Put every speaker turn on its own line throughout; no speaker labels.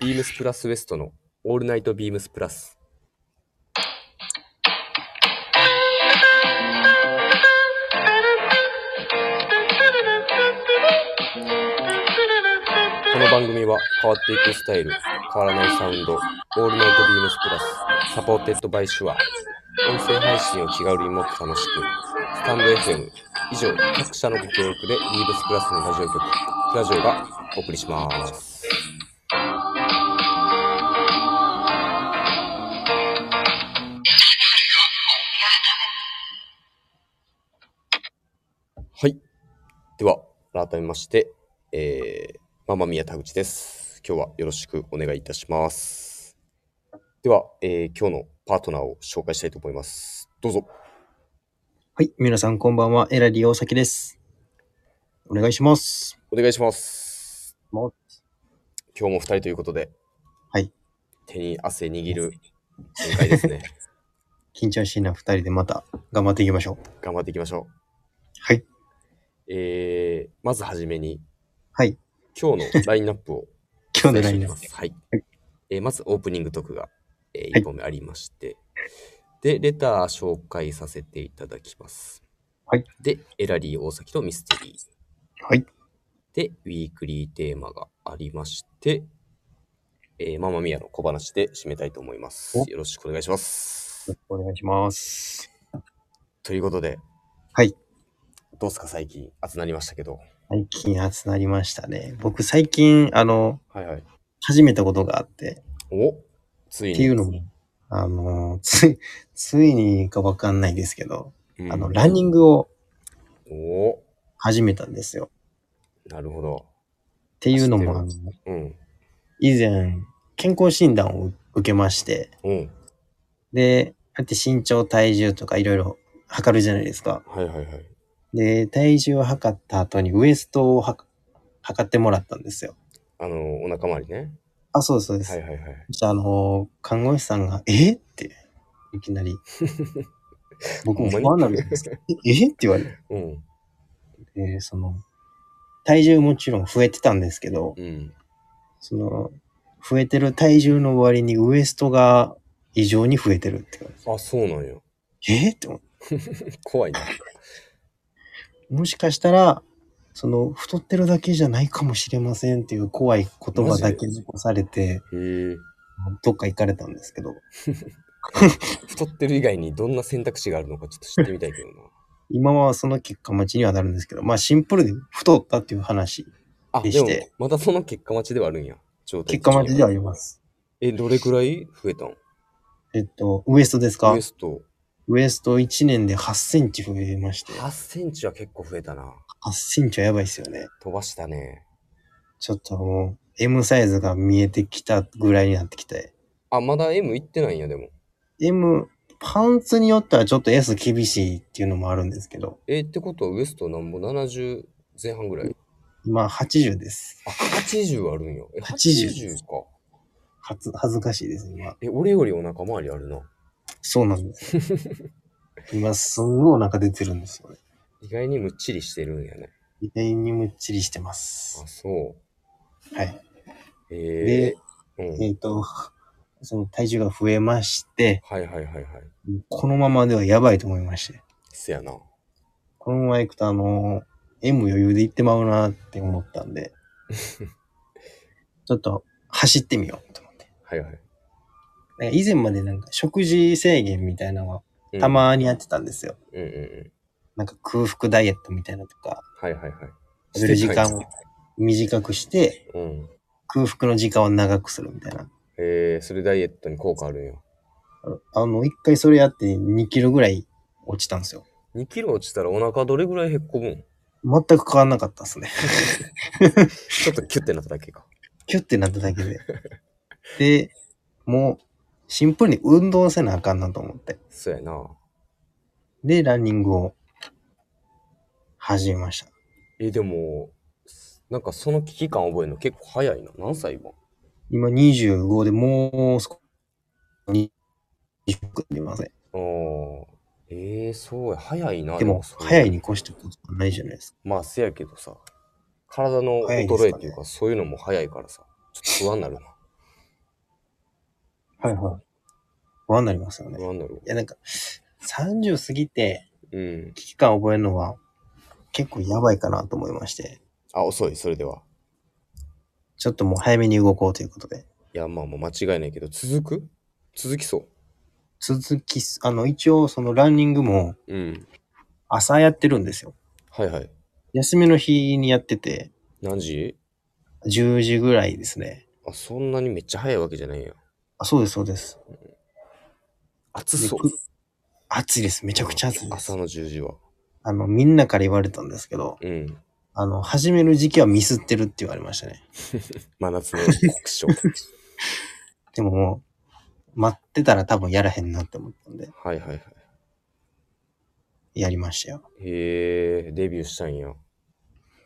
ビームスプラスウエストのオールナイトビームスプラスこの番組は変わっていくスタイル、変わらないサウンド、オールナイトビームスプラス、サポーテッドバイシュア、音声配信を気軽にもっと楽しく、スタンド FM、以上各社のご協力でビームスプラスのラジオ局、ラジオがお送りします。はい。では、改めまして、えー、ママミヤ田口です。今日はよろしくお願いいたします。では、えー今日のパートナーを紹介したいと思います。どうぞ。
はい、皆さんこんばんは、エラリー大崎です。お願いします。
お願いします。
も
今日も2人ということで、
はい。
手に汗握る展開 ですね。
緊張しいな二人でまた頑張っていきましょう。
頑張っていきましょう。
はい。
えー、まずはじめに、
はい。
今日のラインナップを
今日でラインナップ。
はい
はい。
えーまずオープニング特が、え
はい
1本目ありまして、で、レター紹介させていただきます。
はい。
で、エラリー大崎とミステリー。
はい。
で、ウィークリーテーマがありまして、えー、ママミヤの小話で締めたいと思います。
お
よろしくお願いします。
お願いします。
ということで、
はい。
どうすか、最近、熱なりましたけど。
最近熱なりましたね。僕最近、あの、
はいはい。
始めたことがあって、
おついに。
っていうのも、あの、つい、ついにかわかんないですけど、
うん
あの、ランニングを
お
始めたんですよ。
なるほど。
っていうのも、あ
知っ
の
てうん。
以前、健康診断を受けまして、
うん。
で、あって身長、体重とかいろいろ測るじゃないですか。
はいはいはい。
で、体重を測った後にウエストをはか測ってもらったんですよ。
あの、お腹周りね。
あ、そうです、そうです。
はいはいはい。
そしたらあのー看護師さんが、えって、いき なり。僕も
ほんまに
不安なんですけど、ええって言われ
うん。
て、でその、体重もちろん増えてたんですけど、
うん。
その、増えてる体重の割にウエストが異常に増えてるって言われて
あ、そうなんや。
えって思って。
怖いな。
もしかしたら、その、太ってるだけじゃないかもしれませんっていう怖い言葉だけ残されて、
へえ。
どっか行かれたんですけど、
太ってる以外にどんな選択肢があるのかちょっと知ってみたいけどな。
今はその結果待ちにはなるんですけど、まあシンプルで太ったっていう話、
あ、
で
で
し
も
て、
またその結果待ちではあるんや。状態
結
的に
果待ちではあります。
え、どれくらい増えたん
えっと、ウエストですか
ウエスト。
ウエスト1年で8センチ増えまして、
8センチは結構増えたな。
8センチはやばいですよね。
飛ばしたね。
ちょっともう、M サイズが見えてきたぐらいになってきて、
あ、まだ M いってないんや、でも。
M、パンツによってはちょっと S 厳しいっていうのもあるんですけど、
えってことはウエストなんぼ70前半ぐらい。
まあ80です。
あ、80あるんや。え、
80
80か。
はず恥ずかしいです、今。
え、俺よりお腹周りあるな。
そうなんですよ。 今、すんごいお腹出てるんですよね。
意外にむっちりしてるんやね。
意外にむっちりしてます
あ、。そう。
はい。
ええうん。
えっ、と、その体重が増えまして、
はいはいはいはい。
このままではやばいと思いまして、
せやな。
このまま行くとあのー、M 余裕で行ってまうなって思ったん で、ちょっと走ってみようと思って。
はいはい。
なんか以前までなんか食事制限みたいなのは
うん
た。まにやってたんですよ。
うんうんうん。
なんか空腹ダイエットみたいなのとか、
はいはいはい。
食べる時間
し
を
て
短くして、
たいうん。
空腹の時間を長くするみたいな。
ええそれダイエットに効果あるんや。
あの、一回それやって2キロぐらい落ちたんですよ。
2キロ落ちたらお腹どれぐらいへっこむん
全く変わんなかったですね。
ちょっとキュッてなっただけか。
キュッてなっただけで。で、もう、シンプルに運動せなあかんなと思って。
そうやな。
で、ランニングを始めました。
え、でも、なんかその危機感覚えるの結構早いな。何歳も
今25でもう少し、20分でません。
ああ。ええそうや。早いな。
でも、
そう
早いに越したことはないじゃないですか。
まあ、せやけどさ。体の
早いです
衰
かね
えっていうか、そういうのも早いからさ。ちょっと不安になるな。
はいはい。不安になりますよね。い
不安だろ
や、なんか、30過ぎて
う。うん。
危機感覚えるのは結構やばいかなと思いまして、
あ、遅い、それでは。
ちょっともう早めに動こうということで。
いや、まあ、もう間違いないけど、続く続きそ
続きす、あの、一応そのランニングも
う。うん。
朝やってるんですよ。
はいはい。
休みの日にやってて、
何時
10時ぐらいですね。
あ、そんなにめっちゃ早いわけじゃないんや。
あ、そうです、そうです。
暑そう。
でく暑いです。めちゃくちゃ暑いです
朝。の10時は。
あの、みんなから言われたんですけど、
うん。
あの、始める時期はミスってるって言われましたね。
真夏の酷 暑。
でももう、待ってたら多分やらへんなって思ったんで、
はいはいはい。
やりましたよ。
へえ、デビューしたんや。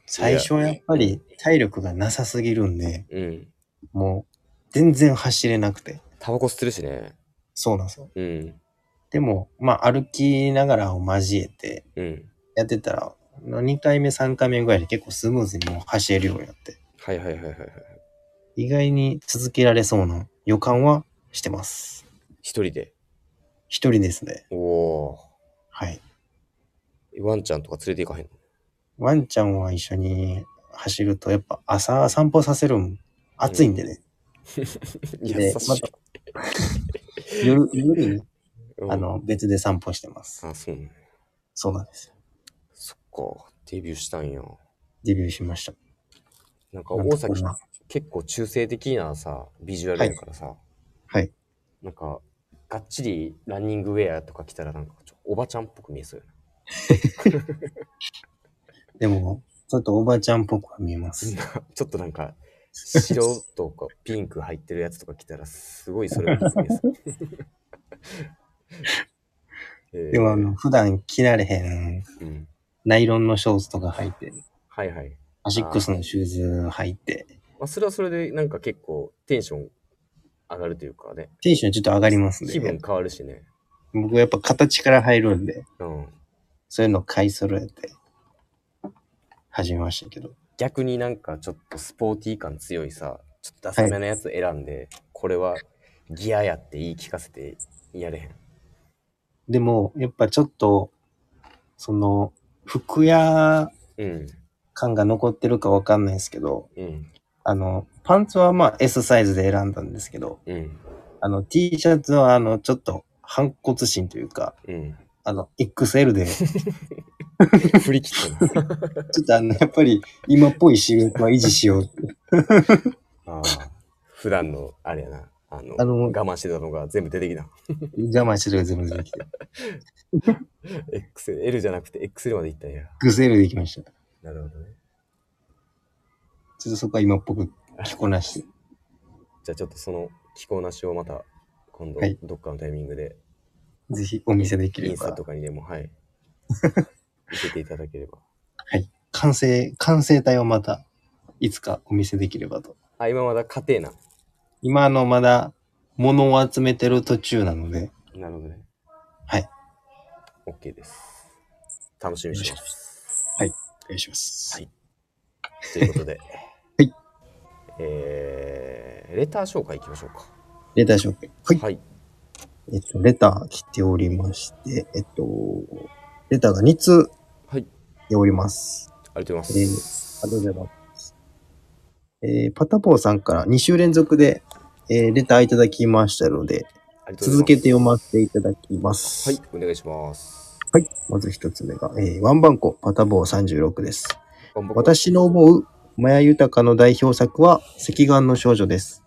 最初はやっぱり体力がなさすぎるんで、
うん。
もう、全然走れなくて。
タバコ吸ってるしね。
そうなんですよ。
うん。
でも、まあ、歩きながらを交えて、
うん。
やってたら、2回目、3回目ぐらいで結構スムーズにもう走れるようになって、
はいはいはいはいはい。
意外に続けられそうな予感はしてます。
一人で。
一人ですね。
おお
はい。
ー。ワンちゃんとか連れて行かへんの
ワンちゃんは一緒に走ると、やっぱ朝散歩させるん、暑いんでね。
優しい。
夜、夜に、
うん
あ、の、別で散歩してます。
あ、そうね。
そうなんですよ。
そっか。デビューしたんや。
デビューしました。
なんか大
なん
崎
かこ
結構中性的なさ、ビジュアルやからさ。
はい。
なんか、がっちりランニングウェアとか着たらなんかちょっとおばちゃんっぽく見えそうやな。
でも、ちょっとおばあちゃんっぽくは見えます。
ちょっとなんか、白とか ピンク入ってるやつとか着たら、すごいそれが好き です。えー
でも、あの、普段着られへん、
うん、
ナイロンのショーツとか履いて、
はいはい。
アシックスのシューズ履いて、
まあ、それはそれで、なんか結構テンション上がるというかね、
テンションちょっと上がります
気分
ね。
変わるしね。
僕はやっぱ形から入るんで、
うん、
そういうのを買い揃えて、始めましたけど。
逆になんかちょっとスポーティー感強いさ、ちょっとダサめなやつ選んで、これはギアやって言い聞かせてやれへん。
でも、やっぱちょっと、その、服屋
うん、
感が残ってるかわかんないですけど、
うん、
あの、パンツはまあ S サイズで選んだんですけど、
うん、
あの T シャツはあの、ちょっと反骨心というか、
うん。
あの、XL で、 ち
振り切ったな。
ょっとあの、やっぱり今っぽいシルエットは維持しようって。
ああ、普段のあれやな。あの、
あの
我慢してたのが全部出 てきた。
我慢してるから全部出てきて。
XL じゃなくて XL までいったんや。
XL で行きました。
なるほどね。
ちょっとそこは今っぽく着こなして。
じゃあちょっとその着こなしをまた今度
はい
どっかのタイミングで、
ぜひお見せでき
イ
れ
ンスタ
ば
と。かにでも、はい。見せていただければ。
完成、完成体をまた、いつかお見せできればと。
あ、今まだ家庭な。
今あの、まだ、物を集めてる途中なので、
なるほどね。
はい。
OK です。楽しみにしてます。
お願いします。
はいということで。
はい。
えー、レター紹介いきましょうか。
レター紹介。はい。
はい。
えっと、レター来ておりまして、えっと、レターが2通
はい。
来ております。
ありがとうございます。
ありがとうございます。えー、パタポーさんから2週連続で、えーレターいただきましたの
ありがと
で、
うございます。
続けて読ませていただきます。
はい。、お願いします。
はい。まず1つ目が、えーワンバンコ、パタボー36です。
こんばんは。
私の思う、マヤ豊の代表作は、赤眼の少女です。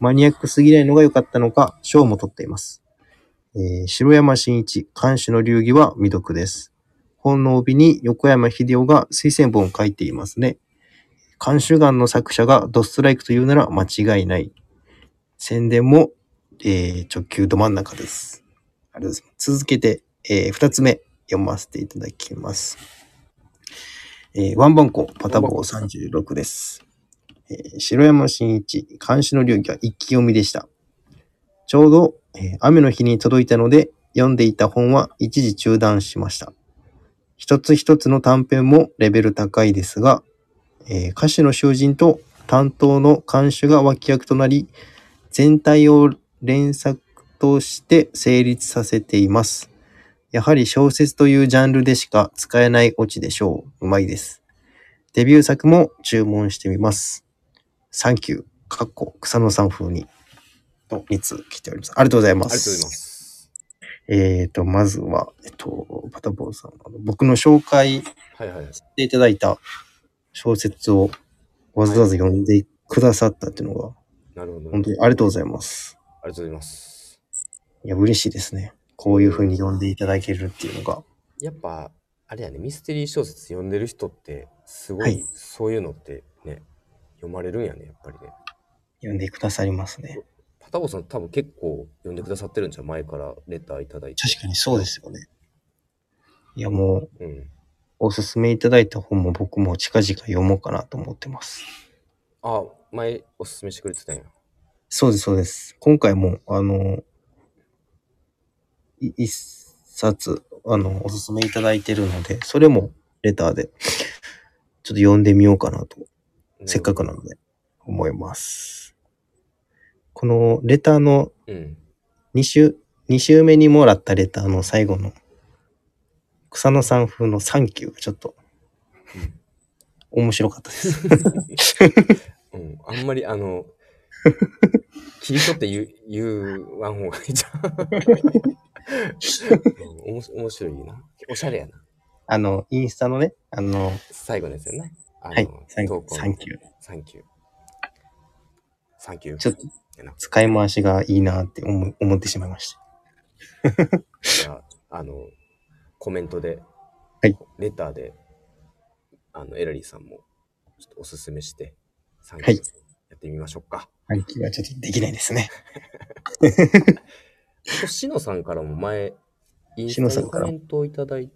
マニアックすぎないのが良かったのか、賞も取っています。えー城山真一、監守の流儀は未読です。本の帯に横山秀夫が推薦本を書いていますね。監守眼の作者がドストライクというなら間違いない。宣伝も、えー直球ど真ん中です。ありがとうございます。続けて、え2つ目読ませていただきます。えーワンバンコ、パタボー36です。えー城山真一、監視の流儀は一気読みでした。ちょうど、えー雨の日に届いたので、読んでいた本は一時中断しました。一つ一つの短編もレベル高いですが、えー歌手の囚人と担当の監修が脇役となり、全体を連作として成立させています。やはり小説というジャンルでしか使えないオチでしょう。うまいです。デビュー作も注文してみます。サンキュー、かっこ草野さん風に。と、2通来ております。ありがとうございます。
ありがとうございます。
えっ、と、まずは、えっと、パタボーさん、あの僕の紹介し
はいはい。
ていただいた小説をわざわざ読んでくださったっていうのが、
なるほど。あり
本当にありがとうございます。
がとうございます。
いや、嬉しいですね。こういう風に読んでいただけるっていうのが。
やっぱ、あれやね、ミステリー小説読んでる人って、すごい、
はい
そういうのってね、読まれるんやね、やっぱりね。
読んでくださりますね。
パタボさん多分結構読んでくださってるんじゃん、前からレターいただいて。
確かにそうですよね。いや、もう、
うん。
おすすめいただいた本も僕も近々読もうかなと思ってます。
あ、前おすすめしてくれてたんや。
そうです、そうです。今回も、あの、い一冊、あの、おすすめいただいてるので、それもレターで、ちょっと読んでみようかなと、せっかくなので、思います。このレターの
うん。
2週、二週目にもらったレターの最後の、草野さん風のサンキューがちょっと、面白かったです。
うん。あんまり、あの、切り取って言う、言わん方がいいじゃん。うんおもし面白いな。おしゃれやな。
あの、インスタのね、あの、
最後ですよね。あの
はい、サン
投稿の
サンキュー。
サンキュー。サンキュー。
ちょっと使い回しがいいなって思思ってしまいました。
じゃあ、あの、コメントで、
はい
レターで、あの、エラリーさんも、ちょっとおすすめして、参
は
加
い
やってみましょうか。
暗記はちょっとできないですね。
あと、しのさんからも前、イン
しの
ス
さ
タに
んか
コ
ら
メントをいただい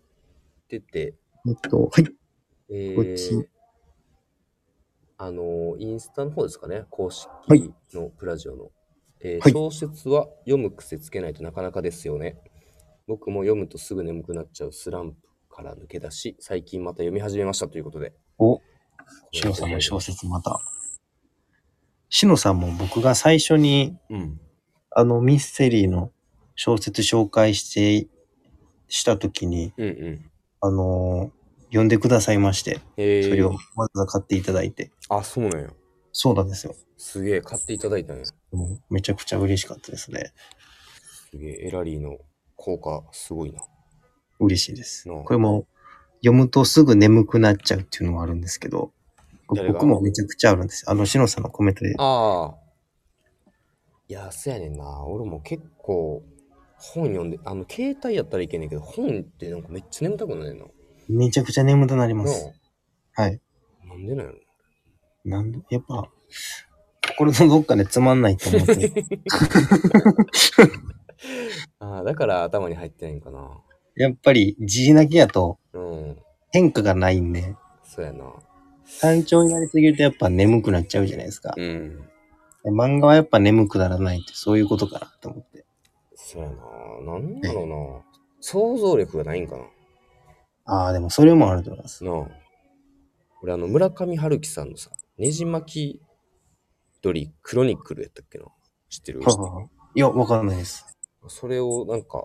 てて、
えっと、はい。
えー
こっち
あの、インスタの方ですかね、公式
はい
のプラジオの。えー
はい
小説は読む癖つけないとなかなかですよね。僕も読むとすぐ眠くなっちゃうスランプから抜け出し、最近また読み始めましたということで。
お、
コメン
し
ト
の
い
さ
た
ん
だい
の
て
小
ます。
説また。しのさんも僕が最初に、
うん。
あの、ミステリーの小説紹介して、した時に、
うんうん。
あのー読んでくださいまして、
え
それをわざわざ買っていただいて、
あ、そうなんや。
そうなんですよ。
すげえ、買っていただいたんや。す
もうめちゃくちゃ嬉しかったですね。
げえ、エラリーの効果、すごいな。
嬉しいです。
うん
これも読むとすぐ眠くなっちゃうっていうのはあるんですけど、こ
誰が
僕もめちゃくちゃあるんですよ。あの、しのさんのコメントで。
ああ。いや、そうやねんな。俺も結構、本読んで、あの、携帯やったらいけんねんけど、本ってなんかめっちゃ眠たくないな。
めちゃくちゃ眠くなりま
な
す。はい。
あなんでなんやろ
なんだやっぱ、心のどっかでつまんないと思って。
ああ、だから頭に入ってないんかな。
やっぱり、字だけやと
うん。
変化がないんで、
そうやな。
単調になりすぎるとやっぱ眠くなっちゃうじゃないですか
う。ん。
漫画はやっぱ眠くならないって、そういうことかなと思って。
そうやな。なんだろうな。想像力がないんかな。
ああ、でもそれもあると思います。
なあ。俺、あの、村上春樹さんのさ、ねじ巻き鳥クロニクルやったっけな。知ってる
いや、わかんないです。
それをなんか、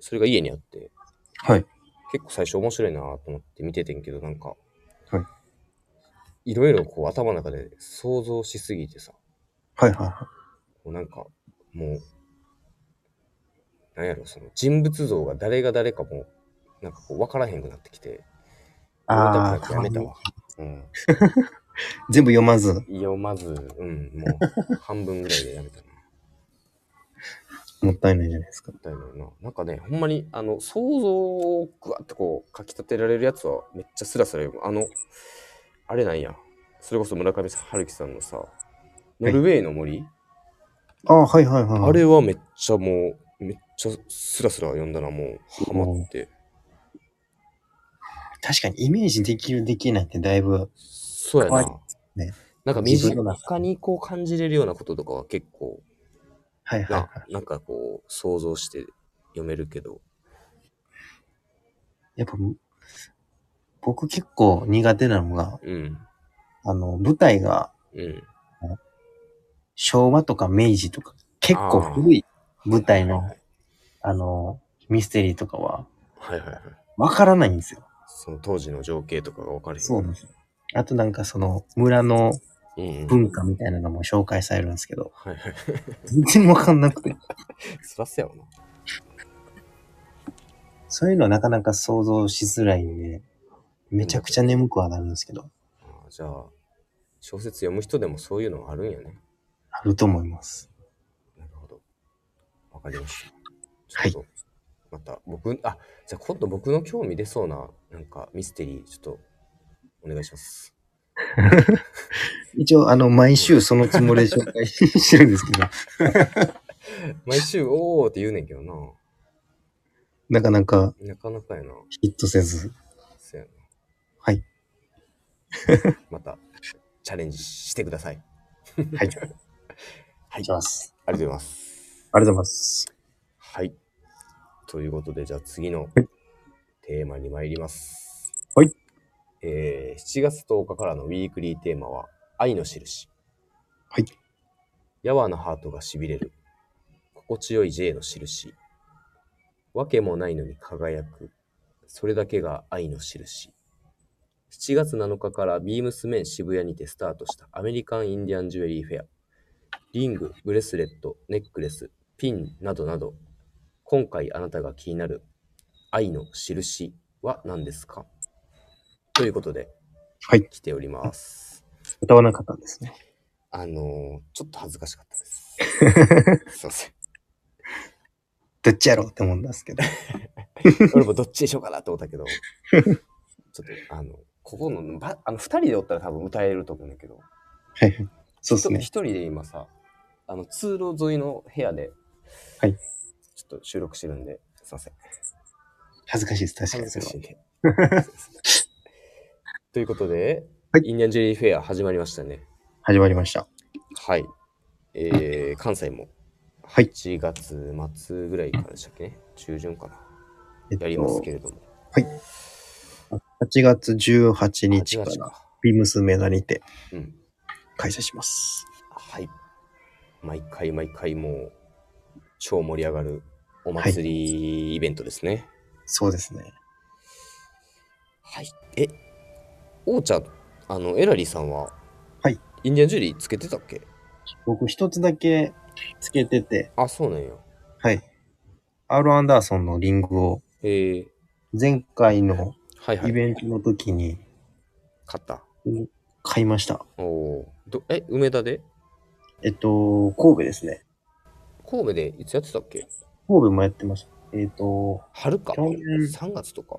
それが家にあって、
はい。
結構最初面白いなと思って見ててんけど、なんか、。
はい
いろいろこう頭の中で想像しすぎてさ、
はいはいは
こうなんか、もう、なんやろ、その人物像が誰が誰かも、なんかこう分からへんくなってきて、
い。あ
読みたくなってやめたわ
あ、。
うん。
全部読まず、
読まず、うん、もう半分ぐらいでやめたな。
もったいないじゃないですか。
だよな。なんかね、ほんまに、あの、想像をぐわってこう、かき立てられるやつは、めっちゃスラスラ読む。あの、あれなんや。それこそ村上春樹さんのさ、ノルウェーの森、
ああ、はいはいはい。
あれはめっちゃもう、めっちゃスラスラ読んだな、もう、ハマって。
確かにイメージできるできないってだいぶ、
そうやな。
怖いね
なんか身
自分の中
近にこう感じれるようなこととかは結構
はいはい
な
は、
なんかこう想像して読めるけど。
い。やっぱ、僕結構苦手なのが、
うん。
あの、舞台が
うん。
昭和とか明治とか結構古い舞台の、あの、ミステリーとかは、
はいはいはい。
わからないんですよ。
その当時の情景とかが分かる
そうなんですよ。あとなんかその、村の
うんうん。
文化みたいなのも紹介されるんですけど、
はいはい。
全然わかんなくて。
そらせやわな。
そういうのはなかなか想像しづらいんで、めちゃくちゃ眠くはなるんですけど、
あーじゃあ、小説読む人でもそういうのあるんやね。
あると思います。
なるほど。わかりました。
はい
ちょっと、また僕、あ、じゃあ今度僕の興味出そうな、なんかミステリー、ちょっと、お願いします。
一応、あの、毎週そのつもりで紹介してるんですけ ど、
毎週、おーって言うねんけどな。
なかなか
なかなかやな。
ヒットせず、
せやな。
はい。
また、チャレンジしてください。
はい。はい、きます。
ありがとうございます。
ありがとうございます。
はい。ということで、じゃあ次の
はい
テーマに参ります。
はい。
えー、7月10日からのウィークリーテーマは、愛の印。
はい。
やわなハートがしびれる。心地よい J の印。わけもないのに輝く。それだけが愛の印。7月7日からビームスメン渋谷にてスタートしたアメリカン・インディアン・ジュエリー・フェア。リング、ブレスレット、ネックレス、ピンなどなど、今回あなたが気になる愛の印は何ですかということで
はい。
来ております。
歌わなかったんですね。
あのーちょっと恥ずかしかったです。 すいません。
どっちやろうって思うんですけど。
俺もどっちでしょうかなと思った けど、ちょっとあの、ここの、ばあの、二人でおったら多分歌えると思うんだけど、
はいはい。そうです
一
ね。
人で今さ、あの、通路沿いの部屋で、
はい
ちょっと収録してるんで、すいません。
恥ずかしいです。確か
恥
にそ
ず
れ
か
は
し。いね。ということで、
はい
インディアンジェリーフェア始まりましたね。
始まりました。
はい。えー、関西も
はい
1月末ぐらいからでしたっけね。中旬かな。
えっと
やりますけれども。
8月18日
8
か
月
ら、。ビームスメダにて
うん。
開催します。
はい。毎回毎回もう、超盛り上がるお祭りイベントですね。
そうですね。
はい。え、おうちゃん、あの、エラリーさんは、
はい。
インディアンジュエリーつけてたっけ
僕一つだけつけてて、
あ、そうなんや。
はい。アール・アンダーソンのリングを
えー、
前回の
はいは
イ
い。
ベントの時に
買った。
買いました。
おおー。どえ、梅田で
えっと、神戸ですね。
神戸でいつやってたっけ
神戸もやってました。えっと、
春か。
去年
3月とか。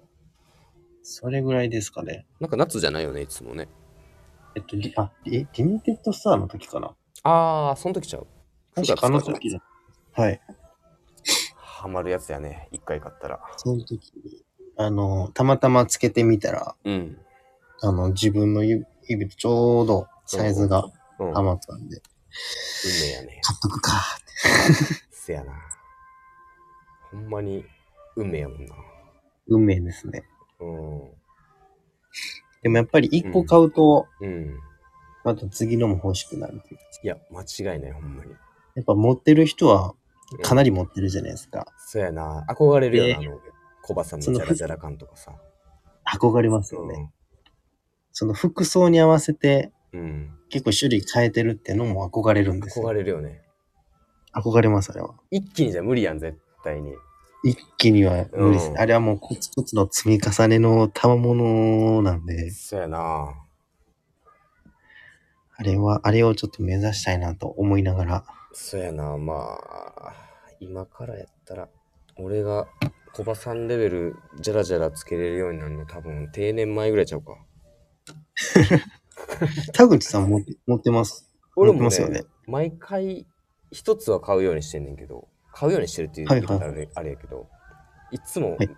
それぐらいですかね。
なんか夏じゃないよね、いつもね。
えっと、リあ、え、リミテッドスターの時かな。
あー、その時ちゃう。
確かあの時だ。はい。
ハマるやつやね、一回買ったら。
その時に、あの、たまたまつけてみたら、
うん。
あの、自分の指指とちょうどサイズが
うん。運
余ったんで、
命やね。
買っとくかーって。
せやな。ほんまに、運命やもんな。
運命ですね。
うん。
でもやっぱり1個買うと、
うん。
また次のも欲しくなるという。
いや、間違いない、ほんまに。
やっぱ持ってる人はかな
り。
り持ってるじゃないですか。
そうやな。憧れるよな、
ね
あの、コバさんのジャラジャラ感とかさ。
憧れますよね。その服装に合わせて
うん。うん。
結構種類変えてるってのも憧れるんです
憧
よ。
れるよね。
憧れます、あれは。
一気にじゃ無理やん、絶対に。
一気には無理です、
うん
あれはもうコツコツの積み重ねの賜物なんで、
そうやな。
あれは、あれをちょっと目指したいなと思いながら、
そうやな、まあ、今からやったら、俺がコバさんレベル、ジャラジャラつけれるようになるの、多分定年前ぐらいちゃうか。
田口さん持って持ってます。
俺
持
も
ってます
ね、
よね
毎回、一つは買うようにしてんねんけど、買うようにしてるっていう
はい
言
はい
い方あれ,、あれやけど、いつも
はい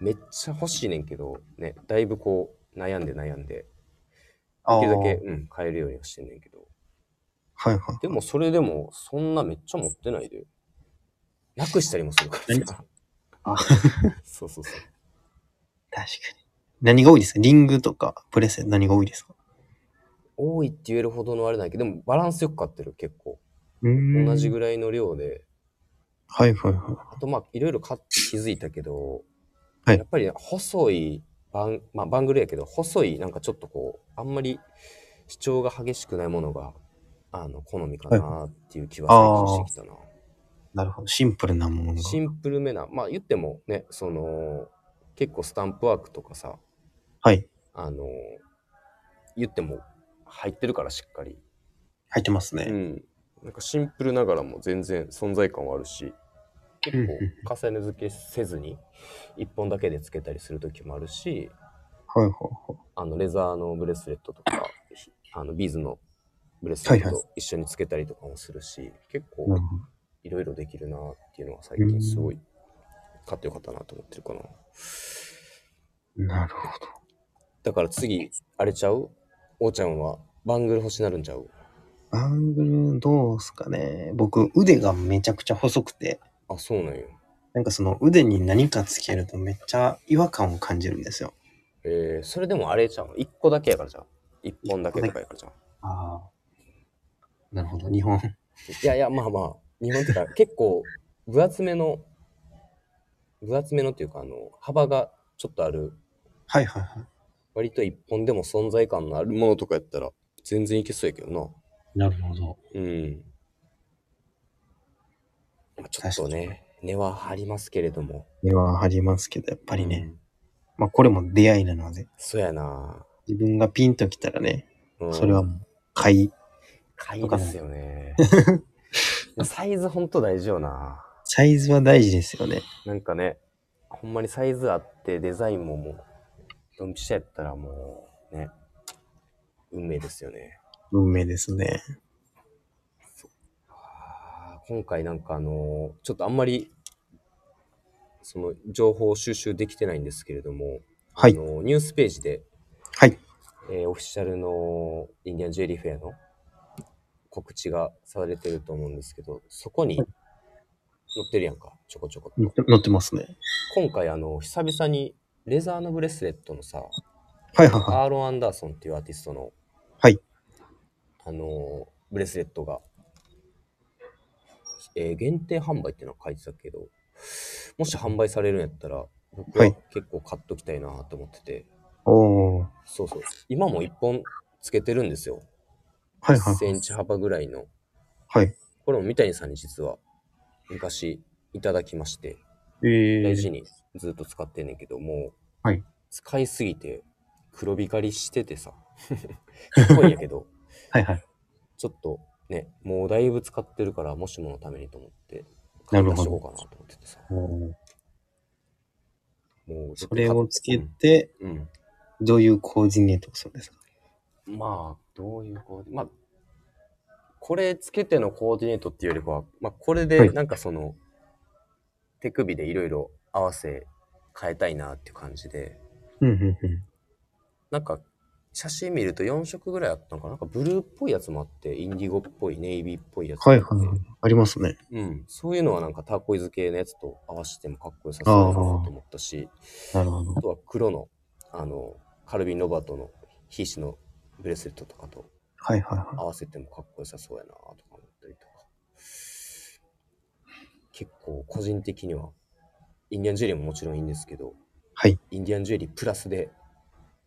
めっちゃ欲しいねんけど、ね、だいぶこう、悩んで悩んで、
あ
でき
あー
るだけ、うん、買えるようにはしてんねんけど、
はいはい。
でもそれでも、そんなめっちゃ持ってないで。なくしたりもするからさ。
あ
そうそうそう。
確かに。何が多いですかリングとかプレセン何が多いですか
多いって言えるほどのあれないけど、でもバランスよく買ってる、結構。
うーん
同じぐらいの量で、
はいはいは
あとまあいろいろか気づいたけど、
はい
やっぱり細いバン、まあ、バングルやけど細いなんかちょっとこうあんまり主張が激しくないものがあの好みかなっていう気は最近してきたな、
い。なるほど。シンプルなものが。
シンプルめなまあ言ってもねその結構スタンプワークとかさ
はい。
あの言っても入ってるからしっかり、
入ってますね。
ん、なんかシンプルながらも全然存在感はあるし結構重ね付けせずに1本だけでつけたりする時もあるし
はいはいはい。
あのレザーのブレスレットとかひあのビーズのブレスレット
はいは
と一緒につけたりとかもするし、結
な
構
るほど
いろいろできるなっていうのは最近すごい買ってよかったなと思ってるかな
なるほど。
だから次あれちゃうおーちゃんはバングル欲しなるんちゃう
バングルどうすかね。僕、腕がめちゃくちゃ細くて、
あそうなんや
なんかその腕に何かつけるとめっちゃ違和感を感じるんですよ。
えー、それでもあれちゃう1個だけやからじゃん1本だけとかやからじゃん
ああ。なるほど。日本。
いやいや、まあまあ、日本ってか、結構、分厚めの、分厚めのっていうか、あの、幅がちょっとある、
はいはいはい。
割と一本でも存在感のあるものとかやったら、全然いけそうやけどな。
なるほど。
うん。まあ、ちょっとね、根は張りますけれども。
ではありますけど、やっぱりね。
うん
まあこれも出会いなので、
そうやな、
自分がピンときたらね、
うん
それはもう買い。
買いですよね。 サイズほんと大事よな。
サイズは大事ですよね。
なんかね、ほんまにサイズあって、デザインももう、ドンピシャやったらもう、ね、運命ですよね。
運命ですね。
あー今回なんかあのーちょっとあんまり、その情報収集できてないんですけれども、
はい
あのーニュースページで、
はい。
えーオフィシャルのインディアンジュエリーフェアの告知がされてると思うんですけど、そこに載ってるやんか、ちょこちょこっと。
乗って乗ってますね。
今回あの、久々にレザーのブレスレットのさ、
はいはいはい。
アーロン・アンダーソンっていうアーティストの、
はい。
あのーブレスレットが、えー限定販売っていうのは書いてたけど、もし販売されるんやったら、僕
は
はい結構買っときたいなと思ってて、
おー。
そうそう、今も1本つけてるんですよ。
はいは
1
いは
セ
い。
ンチ幅ぐらいの。
はい。
これも三谷さんに実は昔いただきまして、
え
大事にずっと使ってんねんけども、
はい
使いすぎて黒光りしててさ、 かっこいいんやけど、
はいはい。
ちょっとね、もうだいぶ使ってるから、もしものためにと思って、
なる
買い出しと
ほど。
こうかなと思っててさ。
おー
もう
それをつけて、
うん。
どういうコーディネートをするんですか
うんまあ、どういうコーディまあ、これつけてのコーディネートっていうよりかは、まあ、これ
は
で
い
なんかその、手首でいろいろ合わせ変えたいなっていう感じで、
うんうんうん。
なんか、写真見ると4色ぐらいあったのかななんかブルーっぽいやつもあって、インディゴっぽい、ネイビーっぽいやつも
は
あ
い
って
はいはい。ありますね。
うん、そういうのはなんかターコイズ系のやつと合わせてもかっこよさそうだなと思ったし、
なるほど
あ。とは黒の、あの、カルビン・ロバートの皮脂のブレスレットとかと
はいはいは
合わせてもかっこよさそうやなとか思ったりとか。結構個人的には、インディアンジュエリーももちろんいいんですけど、
はい。
インディアンジュエリープラスで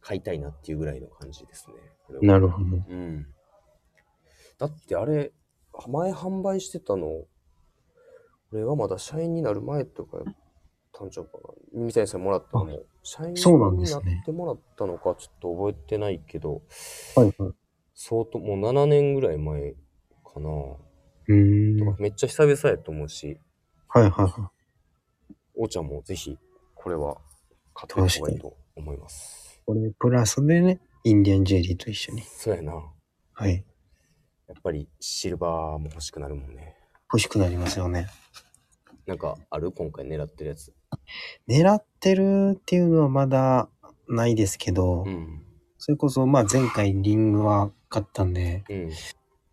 買いたいなっていうぐらいの感じですね。これはい
なるほど。
うん。だってあれ、前販売してたの、これはまだ社員になる前とかやったんちゃうかな。三谷さんにもらったのも、社員
そうなんで
に
す
な
ね
ってもらったのかちょっと覚えてないけど、
はいはい。
相当、もう7年ぐらい前かな。
うーん。はい
めっちゃ久々やと思うし、
はいは
おうちゃんもぜひ、これは買っておいた方がいいと思います
い。。これプラスでね、インディアンジェリーと一緒に。
そうやな。
はい。
やっぱりシルバーも欲しくなるもんね。
欲しくなりますよね。
なんかある今回狙ってるやつ。
狙ってるっていうのはまだないですけど、
ん。
それこそ、まあ前回リングは買ったんで、
うん。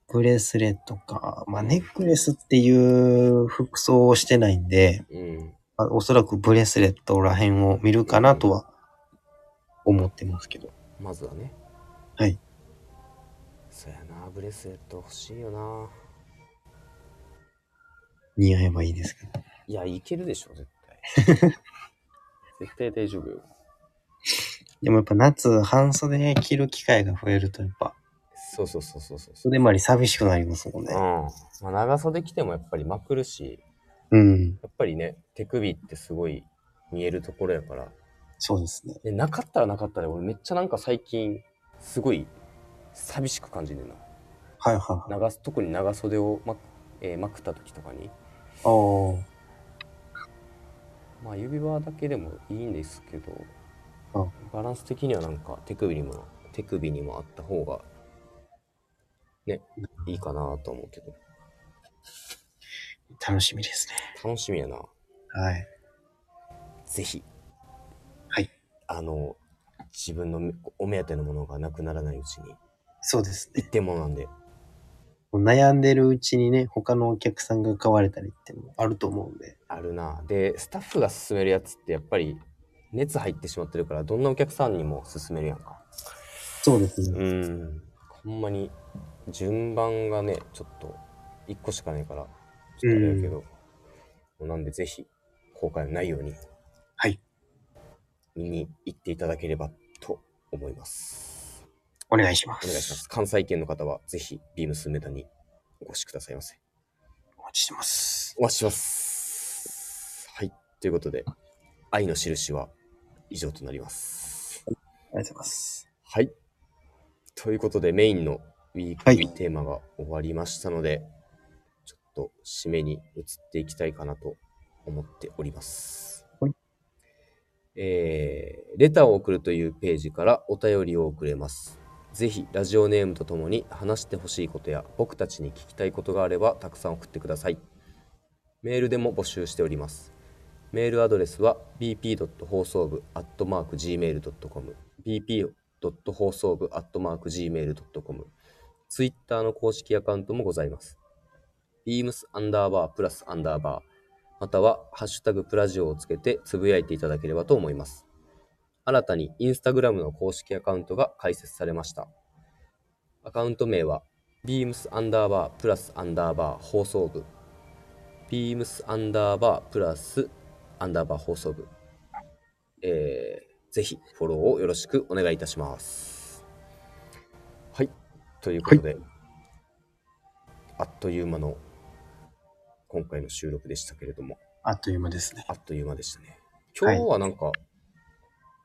ブレスレットか、まあネックレスっていう服装をしてないんで、
うん。
まあおそらくブレスレットら辺を見るかなとは思ってますけど。
まずはね。
はい。
そうやな、ブレスレット欲しいよな。
似合えばいいですけど。
いや、いけるでしょ、絶対。 絶対大丈夫よ。
でもやっぱ夏、半袖着る機会が増えると、やっぱ、
そうそうそうそうそうそう。
袖まり寂しくなりますもん
う
ね
ん。。まあ、長袖着てもやっぱりまくるし、
うん。
やっぱりね、手首ってすごい見えるところやから。
そうですね。
でなかったらなかったで、俺めっちゃなんか最近、すごい寂しく感じるな。
はいはいはい。
長す特に長袖をま,、えーまくった時とかに、
あー
まあ指輪だけでもいいんですけど
うん、
バランス的にはなんか手首にも、手首にもあった方が、ね、いいかなと思うけど。
楽しみですね。
楽しみやな。
はい。
ぜひ。
はい。
あの、自分のめお目当てのものがなくならないうちに、
そうですね。
一点物なんで、
悩んでるうちにね、他のお客さんが買われたりってもあると思うんで。
あるな。で、スタッフが勧めるやつってやっぱり、熱入ってしまってるから、どんなお客さんにも勧めるやんか。
そうですね。
うん。ほんまに、順番がね、ちょっと、一個しかないから、ちょっとあれやけど、なんでぜひ、後悔のないように、
はい。
見に行っていただければと思います。
お願いしま
お
す。
願いします。関西圏の方は、ぜひ、ビームスメダにお越しくださいませ。
お待ちしてます。
お待ちしてます。はい。ということで、愛の印は以上となります。
ありがとうございます。
はい。ということで、メインのウィークリーテーマが終わりましたので、ちょっと締めに移っていきたいかなと思っております。
はい
えーレターを送るというページからお便りを送れます。ぜひ、ラジオネームとともに話してほしいことや、僕たちに聞きたいことがあれば、たくさん送ってください。メールでも募集しております。メールアドレスは bp. 放送部 .gmail.com bp. 放送部 .gmail.com ツイッターの公式アカウントもございます。beams アンダーバープラスアンダーバーまたはハッシュタグプラジオをつけてつぶやいていただければと思います。新たにインスタグラムの公式アカウントが開設されました。アカウント名は beams アンダーバープラスアンダーバー放送部 beams アンダーバープラスアンダーバー放送部、えーぜひフォローをよろしくお願いいたします。はい、ということで、あっという間の今回の収録でしたけれども、
あっという間ですね。
あっという間でしたね。今日はなんか、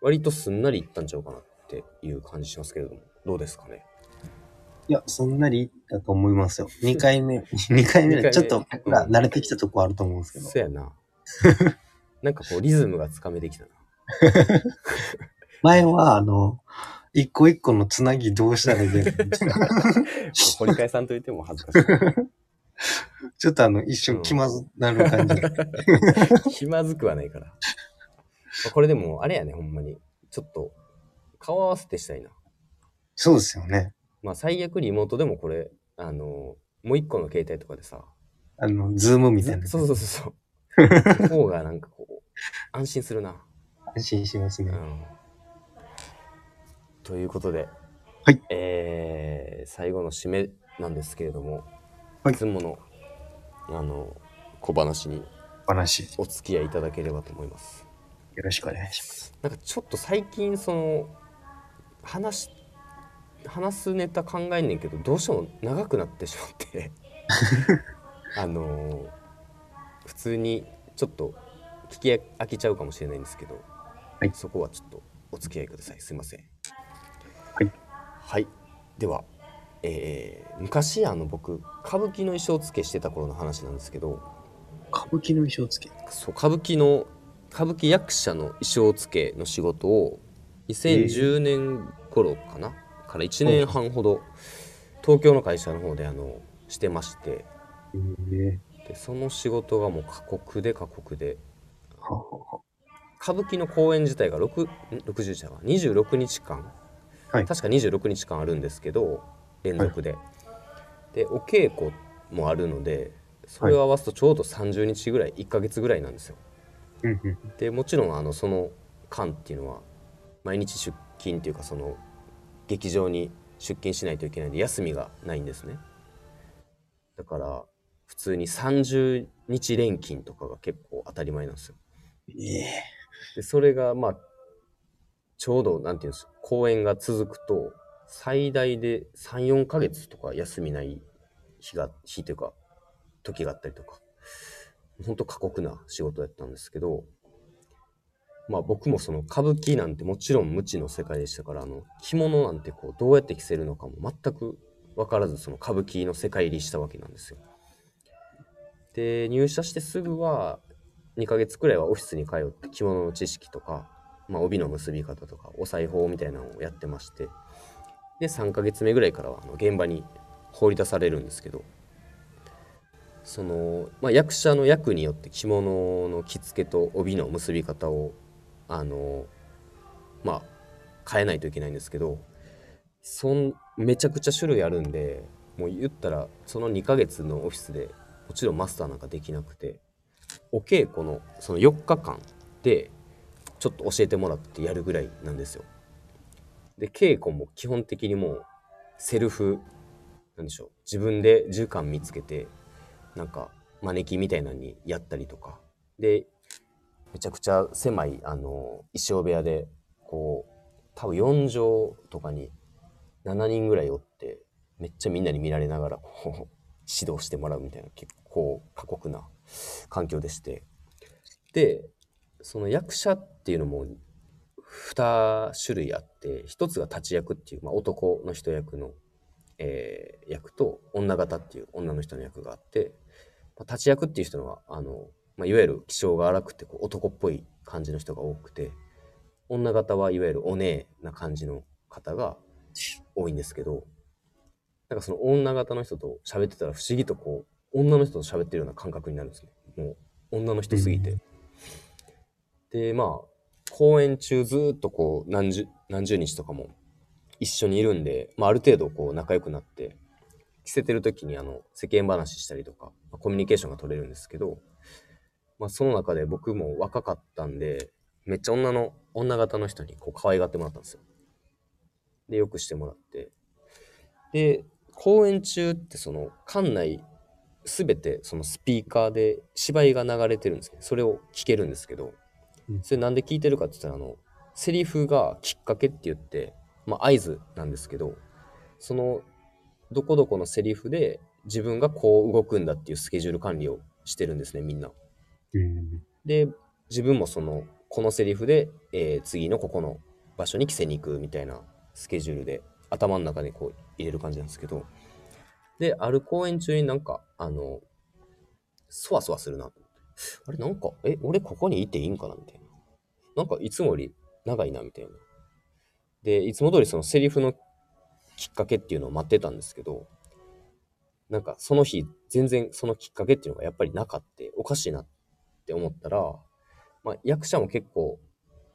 割とすんなりいったんちゃうかなっていう感じしますけれども、どうですかね。
いや、そんなにだと思いますよ。2回目、2回目
二回目
で、ちょっと、
うん
な慣れてきたとこあると思うんですけど
そ。や な。なんかこうリズムがつかめてき たな。
前は、あの、一個一個のつなぎどうしたらいいか
掘り返さんといても恥ずかしい。
ちょっとあの、一瞬気まずなる感じ。
気まずくはないから。まあこれでも、あれやね、ほんまに。ちょっと、顔合わせてしたいな。
そうですよね。
まあ、最悪リモートでもこれ、あの、もう一個の携帯とかでさ、
あの、ズームみたいな。
そうそうそうそう。方がなんかこう、安心するな。
安心します
う
ね。
ん。ということで、
はい
えー最後の締めなんですけれども、
はい
いつもの、あの、小話に
お話、よ
お付き合いいただければと思います。
ろしくお願いします。
なんかちょっと最近その話し話すネタ考えんねんけどどうしても長くなってしまって あのー普通にちょっと聞き飽きちゃうかもしれないんですけど、
い
そこはちょっとお付き合いくださいすいません
はい、
はいでは、えー昔あの僕歌舞伎の衣装付けしてた頃の話なんですけど
歌舞伎の衣装付け。
そう歌舞伎の歌舞伎役者の衣装付けの仕事を2010年頃かな、から1年半ほど東京の会社の方であのしてまして
えー、
でその仕事がもう過酷で過酷で
ははは
歌舞伎の公演自体が6ん60じゃない26日間、
はい
確か26日間あるんですけど連続で、でお稽古もあるのでそれを合わすとちょうど30日ぐらい1ヶ月ぐらいなんですよ
うんうん。
でもちろんあのその間っていうのは毎日出勤っていうかその劇場に出勤しないといけないんで休みがないんですねだから普通に30日連勤とかが結構当たり前なんですよ。
ええ
で、それが、まあ、ちょうど、なんていうんですか、公演が続くと、最大で3、4ヶ月とか休みない日が、日というか、時があったりとか、本当過酷な仕事だったんですけど、まあ僕もその歌舞伎なんてもちろん無知の世界でしたから、あの、着物なんてこう、どうやって着せるのかも全く分からず、その歌舞伎の世界入りしたわけなんですよ。で、入社してすぐは、2ヶ月くらいはオフィスに通って着物の知識とか、まあ、帯の結び方とかお裁縫みたいなのをやってましてで3ヶ月目ぐらいからはあの現場に放り出されるんですけどその、まあ、役者の役によって着物の着付けと帯の結び方をあのまあ変えないといけないんですけどそんめちゃくちゃ種類あるんでもう言ったらその2ヶ月のオフィスでもちろんマスターなんかできなくてお稽古のその4日間でちょっと教えてもらってやるぐらいなんですよ。で稽古も基本的にもうセルフなんでしょう自分で時間見つけてなんか招きみたいなのにやったりとかでめちゃくちゃ狭いあの衣装部屋でこう多分4畳とかに7人ぐらいおってめっちゃみんなに見られながらこう指導してもらうみたいな結構過酷な環境でしてでその役者っていうのも2種類あって1つが立ち役っていう、まあ、男の人役の、えー役と女型っていう女の人の役があって、まあ、立ち役っていう人のはあの、まあ、いわゆる気性が荒くてこう男っぽい感じの人が多くて女型はいわゆるお姉な感じの方が多いんですけどなんかその女型の人と喋ってたら不思議とこう女の人と喋ってるような感覚になるんですねもう女の人すぎて。でまあ公演中ずーっとこう何十何十日とかも一緒にいるんで、まあ、ある程度こう仲良くなって着せてる時にあの世間話したりとか、まあコミュニケーションが取れるんですけど、まあ、その中で僕も若かったんでめっちゃ女の女型の人にこう可愛がってもらったんですよ。でよくしてもらってで公演中ってその館内全てそのスピーカーで芝居が流れてるんですねそれを聞けるんですけど、それなんで聞いてるかって言ったらあのセリフがきっかけって言って、まあ、合図なんですけどそのどこどこのセリフで自分がこう動くんだっていうスケジュール管理をしてるんですねみんな。
うん
で自分もそのこのセリフで、えー次のここの場所に着せに行くみたいなスケジュールで頭の中にこう入れる感じなんですけどである公演中になんかあのそわそわするなと思ってあれなんかえ俺ここにいていいんかなみたいななんかいつもより長いなみたいなでいつも通りそのセリフのきっかけっていうのを待ってたんですけどなんかその日全然そのきっかけっていうのがやっぱりなかっておかしいなって思ったら、まあ、役者も結構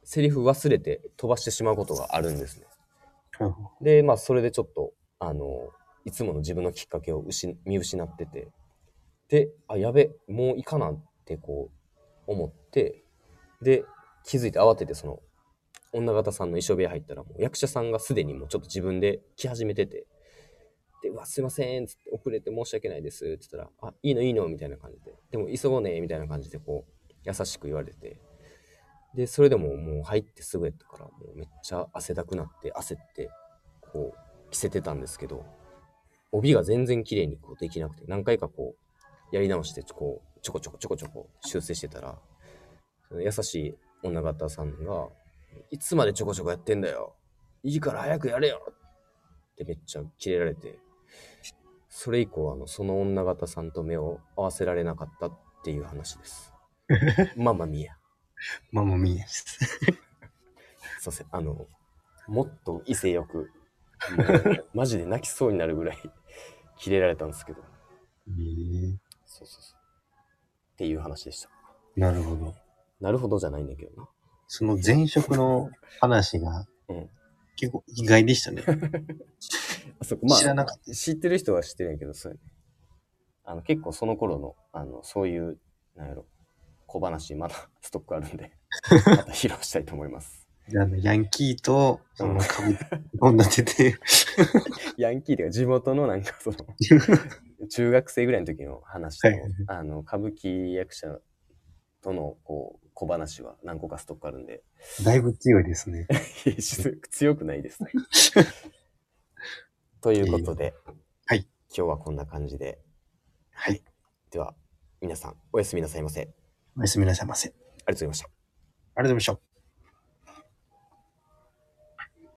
セリフ忘れて飛ばしてしまうことがあるんですね。
あ
で、まあ、それでちょっと、あの、いつもの自分のきっかけを失見失ってて、で、あ、やべ、もういかなってこう、思って、で、気づいて慌てて、その、女方さんの衣装部屋入ったら、もう役者さんがすでにもうちょっと自分で来始めてて、で、うわ、すいません、つって、遅れて申し訳ないです、って言ったら、あ、いいのいいの、みたいな感じで、でも急ごうね、みたいな感じで、こう、優しく言われて、で、それでももう入ってすぐやったから、もうめっちゃ汗だくなって、焦って、こう着せてたんですけど帯が全然綺麗にこうできなくて何回かこうやり直してこうちょこちょこちょこちょこ修正してたらその優しい女方さんが「いつまでちょこちょこやってんだよいいから早くやれよ!」ってめっちゃキレられてそれ以降あのその女方さんと目を合わせられなかったっていう話です。ママミヤ
ママミーです。
そうですねあの、もっと威勢よ く、もうマジで泣きそうになるぐらい、 キレられたんですけど、
ええ
そうそうそう。っていう話でした。
なるほど。
なるほどじゃないんだけどな。
その前職の話が
うん、
結構意外でしたね。
あそこ
知らなかっ
知ってる人は知ってるんやけど、そうやねあの結構その頃の、あの、そういう、なんやろ、小話、まだストックあるん で、また披露したいと思います。
た。あの、ヤンキーと、その、株、飲んだてて、
ヤンキーというか、地元のなんかその、 中学生ぐらいの時の話と、
はいはいはい
あの、歌舞伎役者とのこう小話は何個かストックあるんで、
だいぶ強いですね。
いやちょっと強くない ですね。ということで、
はい
今日はこんな感じで、
はい。
では、皆さん、おやすみなさいませ。ありがと
おやすみなさいませ。ありが
う
と
ございました。
うございました。